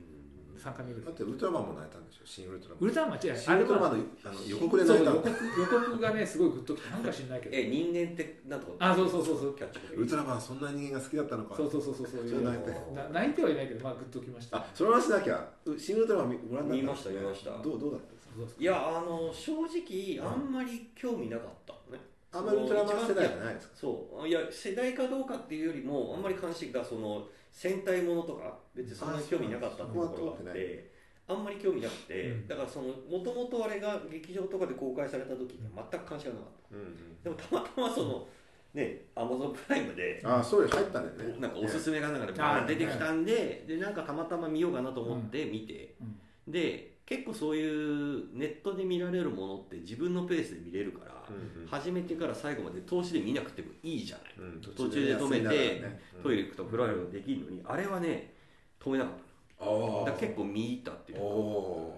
うねうん3回目ぐらだいってウルトラマンも泣いたんでしょ新ウルトラウマンルトラマン違う新ウルトラマンあれはのあの予告で泣いたそうの予告予告がねすごいグッときたなんか知んないけどえ人間ってなんとかあそうそうそうそうキャッチコピーウルトラマンはそんな人間が好きだったのかそうそうそうそうそうちょっと泣いてな泣いてはいないけどまあグッときましたあその話なきゃう新ウルトラマンご覧になった見ました見ましたどうどうだったんですかそうそういやあの正直あんまり興味なかったのねあんまりウルトラマン世代じゃいないですかそういや世代かどうかっていうよりもあんまり関心がその戦隊ものとか別にそんなに興味なかったってところがああそうなんでってあんまり興味なくて、うんだからそのもともとあれが劇場とかで公開された時には全く関心がなかっうんうんたでもたまたまそのねアマゾンプライムでああそうです入ったんだよねなんかおすすめがなんかでバーン出てきたんででなんかたまたま見ようかなと思って見て、うんで結構そういうネットで見られるものって自分のペースで見れるから、うんうん始めてから最後まで通しで見なくてもいいじゃない、うん途中で止め休てみながらねうんトイレ行くと風呂入るのできるのにあれはね止めなかっあたあだから結構見入ったっていうかお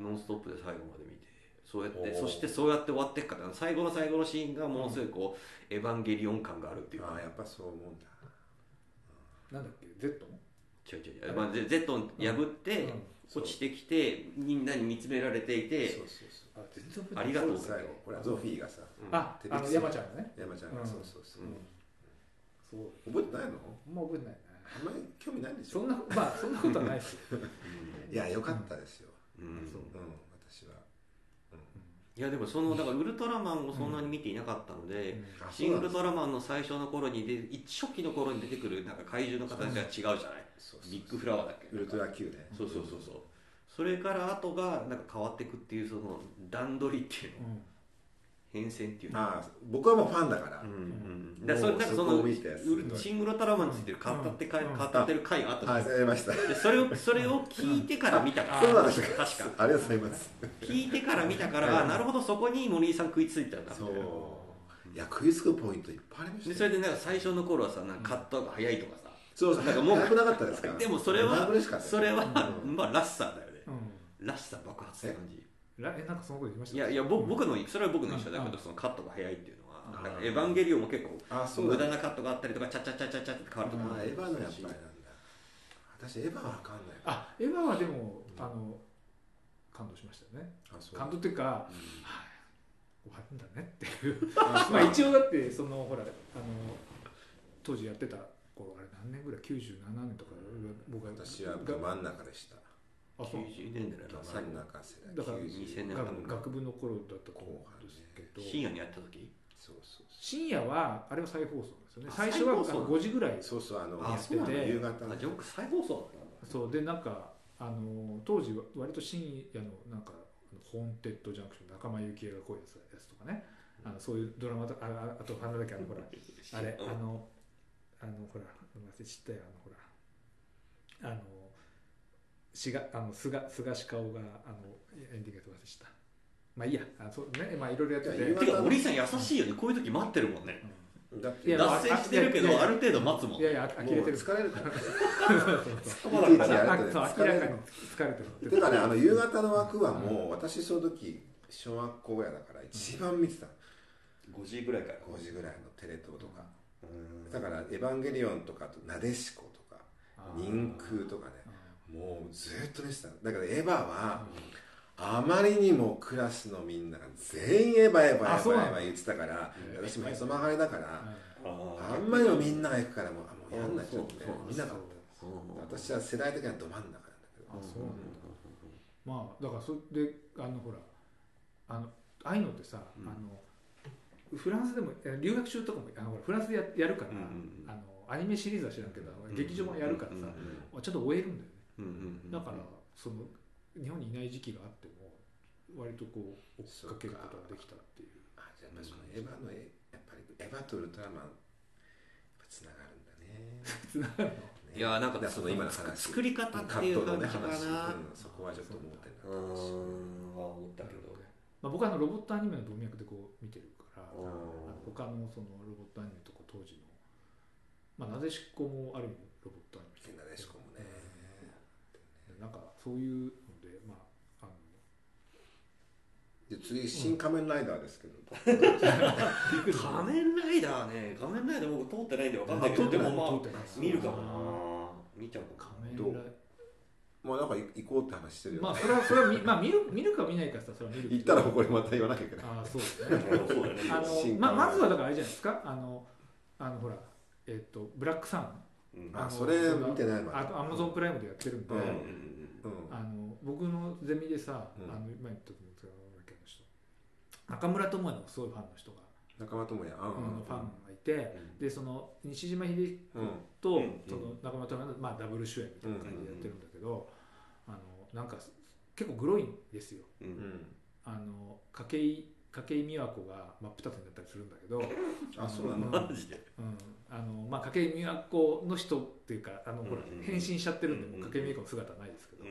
ノンストップで最後まで見てそうやっおてーそしてそうやって終わっていくから最後の最後のシーンがものすごいこう、エヴァンゲリオン感があるっていうーかああやっぱそう思うんだなんだっけ Z 違う違う違う、まあ、ゼゼットン破って、うん落ちてきてみんなに見つめられていてそうそうそうあ全然覚えてないありがとうそう最後これはゾフィーがさうんあテレビあの通信山ちゃんがね山ちゃんうがんそうそうそううんそう覚えてないのあんま覚えてないねあんまり興味ないんでしそょんなまあそんなことはないで すよ、いや良かったですようんそううん私はいやでもそのだからウルトラマンをそんなに見ていなかったのうで、んあシン・ウルトランマンの最初の頃にで一初期の頃に出てくるなんか怪獣の形が違うじゃないビッグフラワーだっけウルトラ Q ねそうそうそうそうそれから後がなんか変わっていくっていうその段取りっていうの変遷っていうのああ僕はもうファンだからうんうんうんだからそれもうなんかそそのこを見てウルシン・ウルトラマンについてる語ってかうん語ってる回があったじゃはないいやりましたですかでそれをそれを聞いてから見たからそうなんです確かありがとうございます聞いてから見たからあなるほどそこに森井さん食いついたんだみたいそなういや食いつくポイントいっぱいありまでしそたれよでなんか最初の頃はさなんかカットが早いとかさそうそうなんかもう長くなかったですからでもそれは長くしかったそれは、うんまあらしさだよね、うんらしさ爆発って感じらえなんかそのこと言いましたいやいやぼうん僕のそれは僕の一緒だけうどんそのカットが早いっていうのあはーなんかエヴァンゲリオンも結構あそうだ無ね駄なカットがあったりとかチャチャチャチャチャって変わるとあかあエヴァのやっぱりなんだ私エヴァわかんないわあエヴァはでもうんあの感動しましたよねあそう感動っていうか、はうんあ終わるんだねっていうあそうまあ一応だってそのほらあの当時やってた頃あれ何年ぐらい97年とか僕が私はどが真ん中でしたあそう90年代だどな真ん中世代だから90 2000年学学部の頃だったと思うんですけど深夜にやった時そうそう深夜はあれは再放送ですよねあ最初はあの再放送5時ぐらいそうそうそうあのあそうなんだ夕方あじゃあ僕再放送だったんだそうでなんかあの当時は割と深夜のなんかあのホーンテッドジャンクション仲間由紀恵がこういうやつやつとかねあのそういうドラマとあああとなんだっけあのほらあれあのあのほら忘れちったよあのほらあのしがあの菅菅氏顔があのエンディングやって忘れちゃったまあいいやあそうねまあいろいろやってて、いや言わてか森井さん優しいよねこういう時待ってるもんねうだっていや脱線してるけどあある程度待つもんんいやいやあも呆れうてる 疲れるからそういちいだちかやらるあとねそう疲明れらるかかに疲れてるってらてかねあの夕方の枠はもう私その時小学校ぐらいだから一番見てた5時ぐらいから5時ぐらいのテレ東とかうんだから「エヴァンゲリオン」とかと「なでしこ」とか「人空」とかねもうずっと見てただからエヴァはあまりにもクラスのみんなが全員エヴァエヴァエヴあそうァエなんヴだァ言ってたからうん私もへそ曲がりだからああんまりにもみんなが行くからもうあもうやんないちょっとねそうそう見なかったそう私は世代的にはど真ん中あそうなんだまあだからそれであのほらあのああいうのってさ、うんあのフランスでもえ留学中とかもあのほらフランスでややるから、うんうんうんあのアニメシリーズは知らんけど、うん劇場もやるからさ、うんうんちょっと終えるんだよね、うんうんだからその日本にいない時期があっても割とこう追っかけることができたっていうあじゃあやっぱりそのエヴァのえやっぱりエヴァとウルトラマンやっぱつながるんだねつながるのねいやなんかだらその今の話作り方っていう感じか葛な、藤のね話ううんそこはちょっと思ってんだーんは思ったけどまあ、僕はあのロボットアニメの文脈でこう見てるからおーあの他のそのロボットアニメとか当時の、まあ、なでしこもある意味ロボットアニメなでしこもねなんかそういうのでまああので次「新仮面ライダー」ですけど、仮面ライダーね仮面ライダー僕通ってないんでわかんないけあ通どでってないもま通ってないあ見るかもな見ちゃうかも仮面ライもうなんか行こうって話してるよ、まあそれはそれはみ、まあ、見る見るか見ないかさそれは見るけ行どったらこれまた言わなきゃいけないああそうですねそうだねあ新の刊ままずはだからあれじゃないですかあのあのほらえっ、とブラックサンうんあのそれ見てないわあとアマゾンプライムでやってるんで、ううんうんうんあの僕のゼミでさ、うんあの今言ったと思うんですけどなんだっけあの人中村智也のすごいファンの人が、仲間智也うあんのファンがいて、でその西島秀樹うんと、うんその中村智也の、まあ、ダブル主演みたいな感じでやってるんだけど、あのなんか結構グロいんですようんううんんあの筧筧美和子が真っ二つになったりするんだけど、うん、あそうなんだマジであのまあ筧美和子の人っていうかあのほらうんうんうん変身しちゃってるんで、うんうもんう筧美和子の姿はないですけど、うん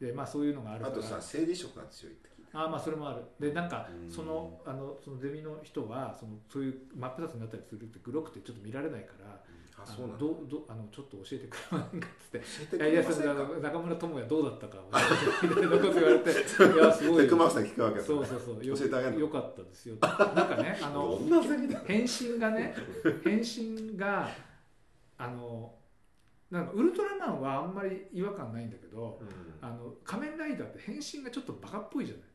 でまあそういうのがあるあからとさ生理食が強いって聞いあーまあそれもあるでなんかうんその,、あのそのゼミの人はそのそういう真っ二つになったりするってグロくてちょっと見られないからたああのそうなんだどうどうあのちょっと教えてくれませんかっつって教えていやいやそれあの中村智也どうだったか教えてくれみたいなこと言われて いやすごいテクマスター聞くわけだそうそうそうよ教えてあげるのよかったですよなんかねあどのんなゼミだ変身がね変身があのなんかウルトラマンはあんまり違和感ないんだけどあの仮面ライダーって変身がちょっとバカっぽいじゃない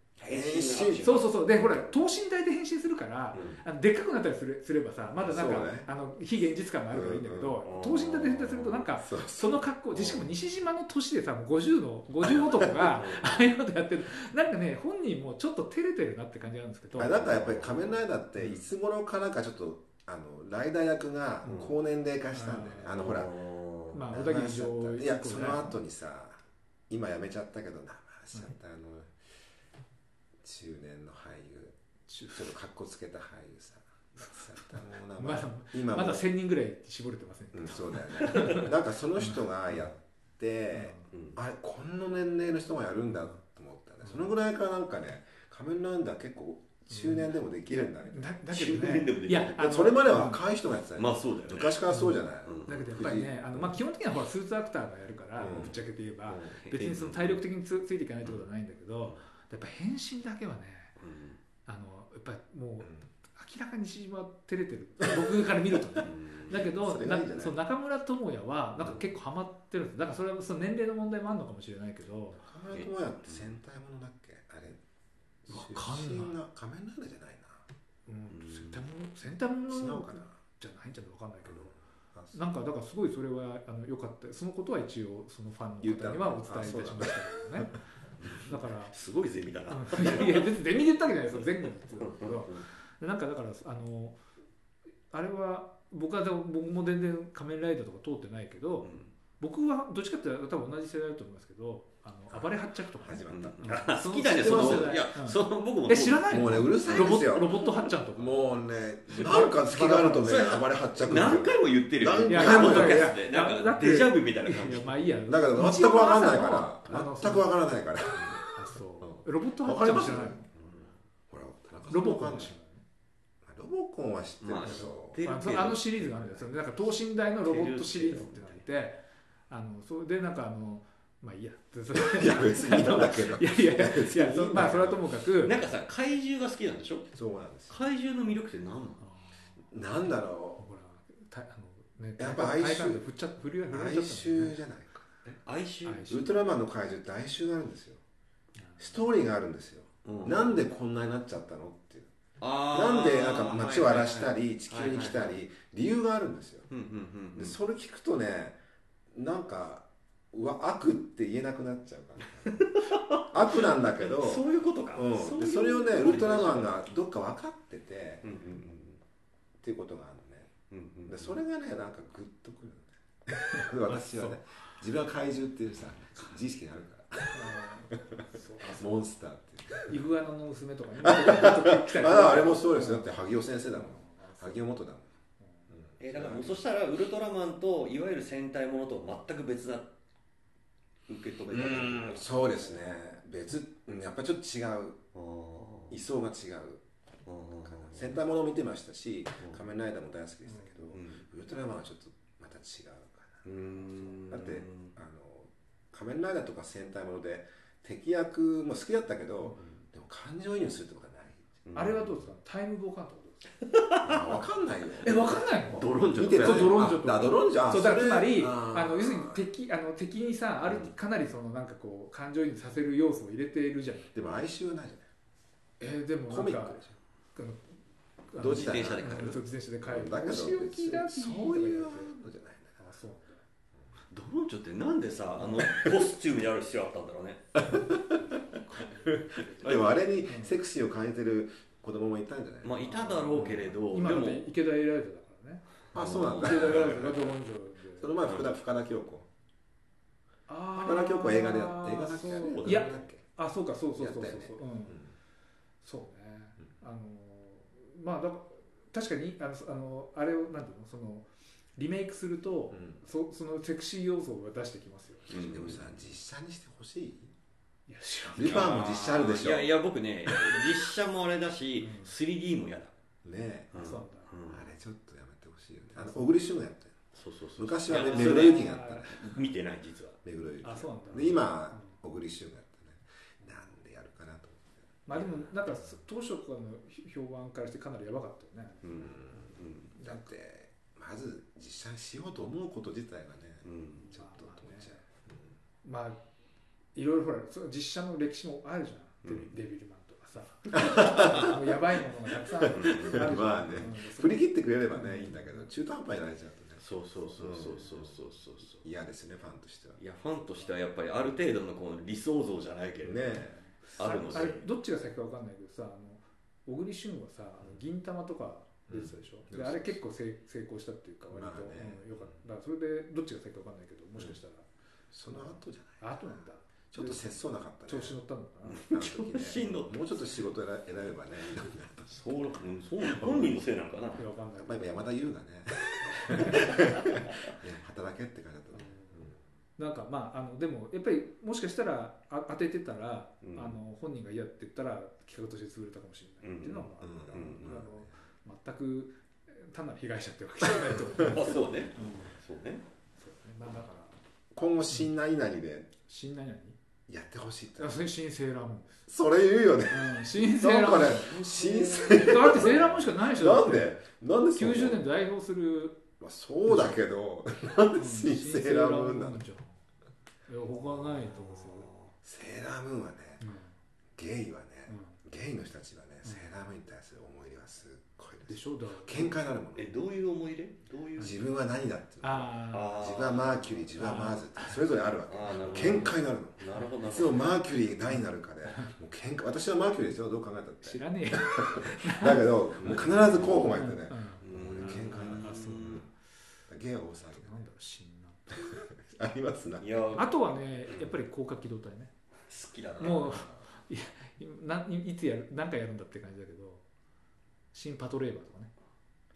そうそうそうでほら等身大で変身するからあのでっかくなったりするすればさまだなんか、そうねあの非現実感があるからいいんだけうんうど、ん等身大で変身するとなんかそうその格好でしかも西島の年でさもう50の50男 がああいうことやってるなんかね本人もちょっと照れてるなって感じなんですけどあなんかやっぱり仮面ライダーっていつ頃からかちょっとあのライダー役が高年齢化したんだよね、うんあのほら、まあ名小前田し切ちゃった上いやその後にさ今やめちゃったけど名前しちゃった、あの中年の俳優中ちょっとかっこつけた俳優さ忘れたもう名ま前だ今もまだ1000人ぐらい絞れてませんけうど、ん、そうだよねなんかその人がやって、うんあれこんな年齢の人がやるんだと思ったね、そのぐらいからなんかね仮面ライダー結構中年でもできるんだみたいな、だだけど中年でもねできるいやあのそれまでは若い人がやってたよねまあそうだよね昔からそうじゃない、うんだけどやっぱりねあの、まあ、基本的にはほらスーツアクターがやるから、うんぶっちゃけて言えば、う別にその体力的につついていかないってことはないんだけど、うんやっぱ変身だけはねうんあのやっぱりもうん明らかに西島は照れてる僕から見るとねだけどそれがいいんじゃないなそう中村智也はなんか結構ハマってるんですだからそれはその年齢の問題もあるのかもしれないけど中村智也って戦隊ものだっけあれわかんな出い身が仮面ライダーじゃないうんうん戦隊もの戦隊ものな違じゃうかなないんじゃないわかんないけどあそうなんかだからすごいそれはあの良かったそのことは一応そのファンの方にはお伝えいたしましたけどねだからすごいゼミだなうんい やいや別にゼミで言ったわけじゃないですよ前後のやつだけどでなんかだからあのあれは僕はでも僕も全然仮面ライダーとか通ってないけど、僕はどっちかっていうと多分同じ世代だと思いますけどあの暴れ発着とかね始まった、あ好きだねそのいやその僕も え知らないもうねうるさいロんですボットよロボット発着とかもうねなんか隙があるとねそれ暴れ発着する何回も言ってるよ、何回もポッドキャストでいやいなやんだかってデジャブみたいな感いじや。まあいいやだけど全くわからないから全くわかからないからあそうロボットわか発り着ま知すらよないほら田中さんロボわコかんンないロボコンは知ってるまあけ知どってるあけそどあのシリーズがあるんですよねなんか等身大のロボットシリーズってのがいてあのそれでなんかあのま あいいやそれいや別にいいんだけどいやいやいやい別にいいんだやけどそまあそれはともかくなんかさ怪獣が好きなんでしょそうなんですよ怪獣の魅力って何なのなあんだーろほらたあのねやっぱ哀愁体感で振っちゃ振りう振られ哀ちゃったんだよ愁ねじゃないか哀愁哀愁ウルトラマンの怪獣って哀愁があるんですよストーリーがあるんですよ、うなんでこんなになっちゃったのっていうあーなんでなんか街を荒らしたはいはいはいり地球に来たはいり理由があるんですようんうんうんうんでそれ聞くとねなんかうわ悪って言えなくなっちゃうから 悪なんだけどそういうことか、うんそうでいうそれをねウルトラマンがどっか分かってて、うっんていうことがあるねうんうんうんうんでそれがねなんかグッとくる のね私はね自分は怪獣っていうさ自意識があるからそうモンスターっていうイグアナの娘とかに来たりあああれもそうですよだって萩尾先生だもん萩尾元だもん、うんえーだからもうそしたらウルトラマンといわゆる戦隊ものと全く別な受け止うめ方んそうですね別うんやっぱちょっと違うあー位相が違うあかなー戦隊もの見てましたしうん仮面ライダーも大好きでしたけど、うんウルトラマンはちょっとまた違うかうーんなだってあの仮面ライダーとか戦隊もので敵役も好きだったけどでも感情移入するってことはうんあれはどうですかタイムボカンとかどうですかない分かんないよ えわかんないのドロンジョ見とてかたそうドロンジョとあドロンジョあそうだかられつまりーあの要するに敵あの敵にさあるかなりそのなんかこう感情移入させる要素を入れているじゃんでも哀愁はないじえーでゃもないなコんミかックでしあのあの同時自転車で帰うんるそう自転車で帰ょるだけどお別仕置きにだそういうのじゃないんあだからそうドロンジョってなんでさあのコスチュームにある必要あったんだろう ねでもあれにセクシーを感じてる子供もいたんじゃない、まあいただろうけれど今でだっもて池田エライザだからねあそうなんだ池田エライザがドロンジョでその前深田深田恭子あ深田恭子は映画でやあ映画だっけあれそうい映画やだっけあそうかそうそうそうそうやったよねそう、うんん、そうねあのまあだから確かにあのそあのあれをなんていうのそのリメイクすると、そそのセクシー要素を出してきますよでもさ実写にしてほしいいや知らんルパンも実写あるでしょいやいや僕ね実写もあれだしうん 3D も嫌だ、ねえうんそうなんだうんあれちょっとやめてほしいよねあの小栗旬がやってるそうそうそう昔はねいや目そ黒れゆきがやったね見てない実は目黒ゆきあそうなんだで今小栗旬がやったねなんでやるかなと思ってまあでもなんかそ当初からのひ評判からしてかなりやばかったよねうんうんだってまず実写にしようと思うこと自体がねうんうんちょっとと思っちゃまあいろいろほらその実写の歴史もあるじゃん、デビうんデビルマンとかさ もうやばいものがたくさんあるじゃ んまあねうんう振り切ってくれればねいいんだけど中途半端になれちゃうとねそうそうそうそうそうそうそうそう嫌ですねファンとしてはいやファンとしてはやっぱりある程度のこの理想像じゃないけれど、ねえあるのでれどっちが先かわかんないけどさあの小栗旬はさあの銀魂とか出てたでしょ、うんであれ結構成成功したっていうか割と、まあねうんよかっただからそれでどっちが先かわかんないけどもしかしたら、その後じゃないあとなんだちょっと節操なかったね調子乗ったのかな、あの時ね調子乗ったもうちょっと仕事選べばねいいのになとそううんそう本人のせいなのかないやわかんないやっぱり山田優がねいや働けって感じだったねなんかまああのでもやっぱりもしかしたらあ当ててたら、うんあの本人が嫌って言ったら企画として潰れたかもしれないっていうのはあるから、うんうんあの全く単なる被害者ってわけじゃないと思うあそうねそそううねねまあだから今後新何々で新何々やってほしいってあそれ新セーラームーンです、それ言うよねうん、新セーなんラームかねーン新鮮だってセーラームーンしかないでしょなんでなんでそんな90年代表するまあそうだけどなんで新セーラームーンなのじゃんいや他ないと思うんですよ、セーラームーンはねうんゲイはねうゲイの人たちはねうんセーラームーンに対する思い入れはすっごいん、でですしょだから喧嘩になるもんえどういう思い入れどういう自分は何だっていうのああー自分はマーキュリー自分はマーズってそれぞれあるわけあーなるほど喧嘩になるのなるほどないるつもほどマーキュリー何になるかでもう喧嘩私はマーキュリーですよどう考えたっあ知てらねえよだけどもう必ず候補がいてねうんうもんうね喧嘩になるあそううんゲイは大騒なんだろう新なんとかぎだねありますないや好あとはねやっぱり高架機動隊ねきだなもういやないいつやる何回やるんだって感じだけど新パトレーバーとかね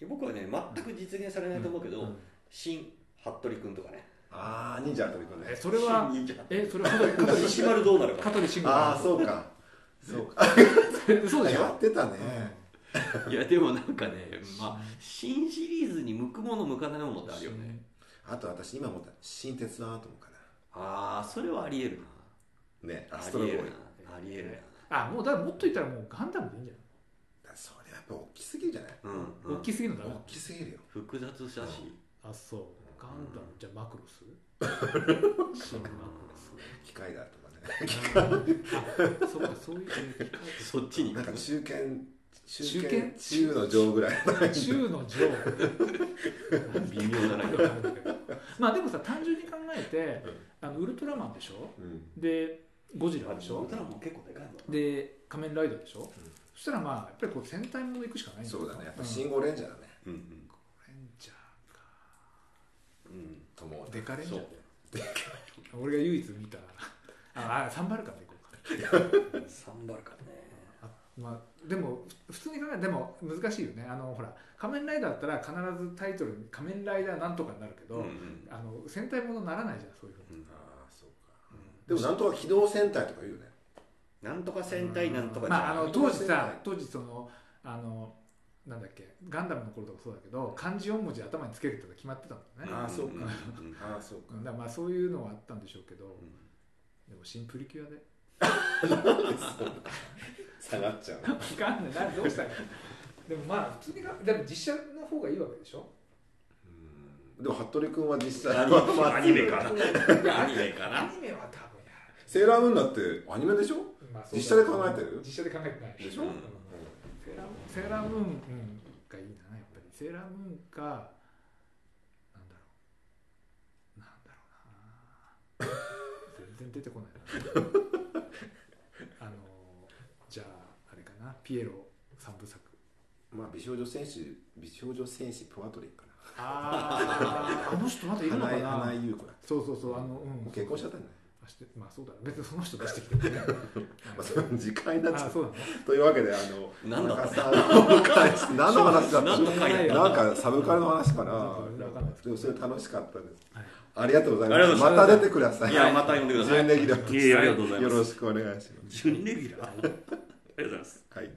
いや僕はね全く実現されないと思うけど、うん新服部君とかねああ忍者の取り組んえでそれは新忍者えそれは香取石丸どうなる香か取慎吾ああそうかそうかう そうでしやょってたねいやでもなんかねまあ新シリーズに向くもの向かないものってあるよねあと私今思った新鉄腕アトムかああそれはありえるなねなアあストロりボえーイるなありえるあもうだからもっと言ったらもうガンダムでいいんじゃだからそれはやっぱ大きすぎるじゃないなうん、うないん大きすぎるの大だなきすぎるよ複雑だしあそうガンダムじゃあマクロス新マクロス機械だ とかねあそうかそういうえー機械そっちになんか中堅中中堅堅中の上ぐらい中の上 微妙だなまあでもさ単純に考えてあのウルトラマンでしょうんでゴジラでしょラマン結構でかいもんで仮面ライダーでしょ、そしたらまあやっぱりこう戦隊もの行くしかないんよそうだねやっぱうん信号レンジャーだねうんうんレンジャーかうんともデカレンジャーそう俺が唯一見たああサンバルカンで行こうかサンバルカンねあまあ、でもふ普通に考えてでも難しいよねあのほら「仮面ライダー」だったら必ずタイトルに「仮面ライダーなんとか」になるけど、うんうんあの戦隊ものにならないじゃんそういうふうにうんああそうかうでもなんとか機動戦隊とか言うよねんなんとか戦隊なんとかじゃまあ、なあいの当時さ当時そのあのなんだっけガンダムの頃とかそうだけど漢字4文字頭につけるとか決まってたもんね、あーそうかんんうんああそうかうんだからまあそういうのはあったんでしょうけど、うんでも新プリキュアで下がっちゃうわかんないなんどうしたの でもまあ普通にがでも実写の方がいいわけでしょうんでも服部君は実際アニメかなアアニメかアなニメは多分やセーラームーンだってアニメでしょまあ実写で考えてる実写で考えてないでしょううんんセーラームーンセーラームーンうんがいいなやっぱりセーラームーンかなんだろうなんだ ろうな全然出てこないなあのじゃああれかなピエロ三部作まあ美少女戦士美少女戦士プワトリックかなあああの人まだいるのか花井な花井優子だっそうそうそうあのうんけもう結婚しちゃったんじゃないあしてまあそうだ別にその人出してきてもねまあそれ次回になっちゃあうそうだねというわけであのなんだ田中さんの回何の話だった何の回だったなんかサブカルの話かななんかわかんないですでもそれ楽しかったですはいありがとうございありまがとうすござまいた出てくださいいやまた呼んでください準レギュラーいえいえありがとうございますよろしくお願いします準レギュラーありがとうございますはい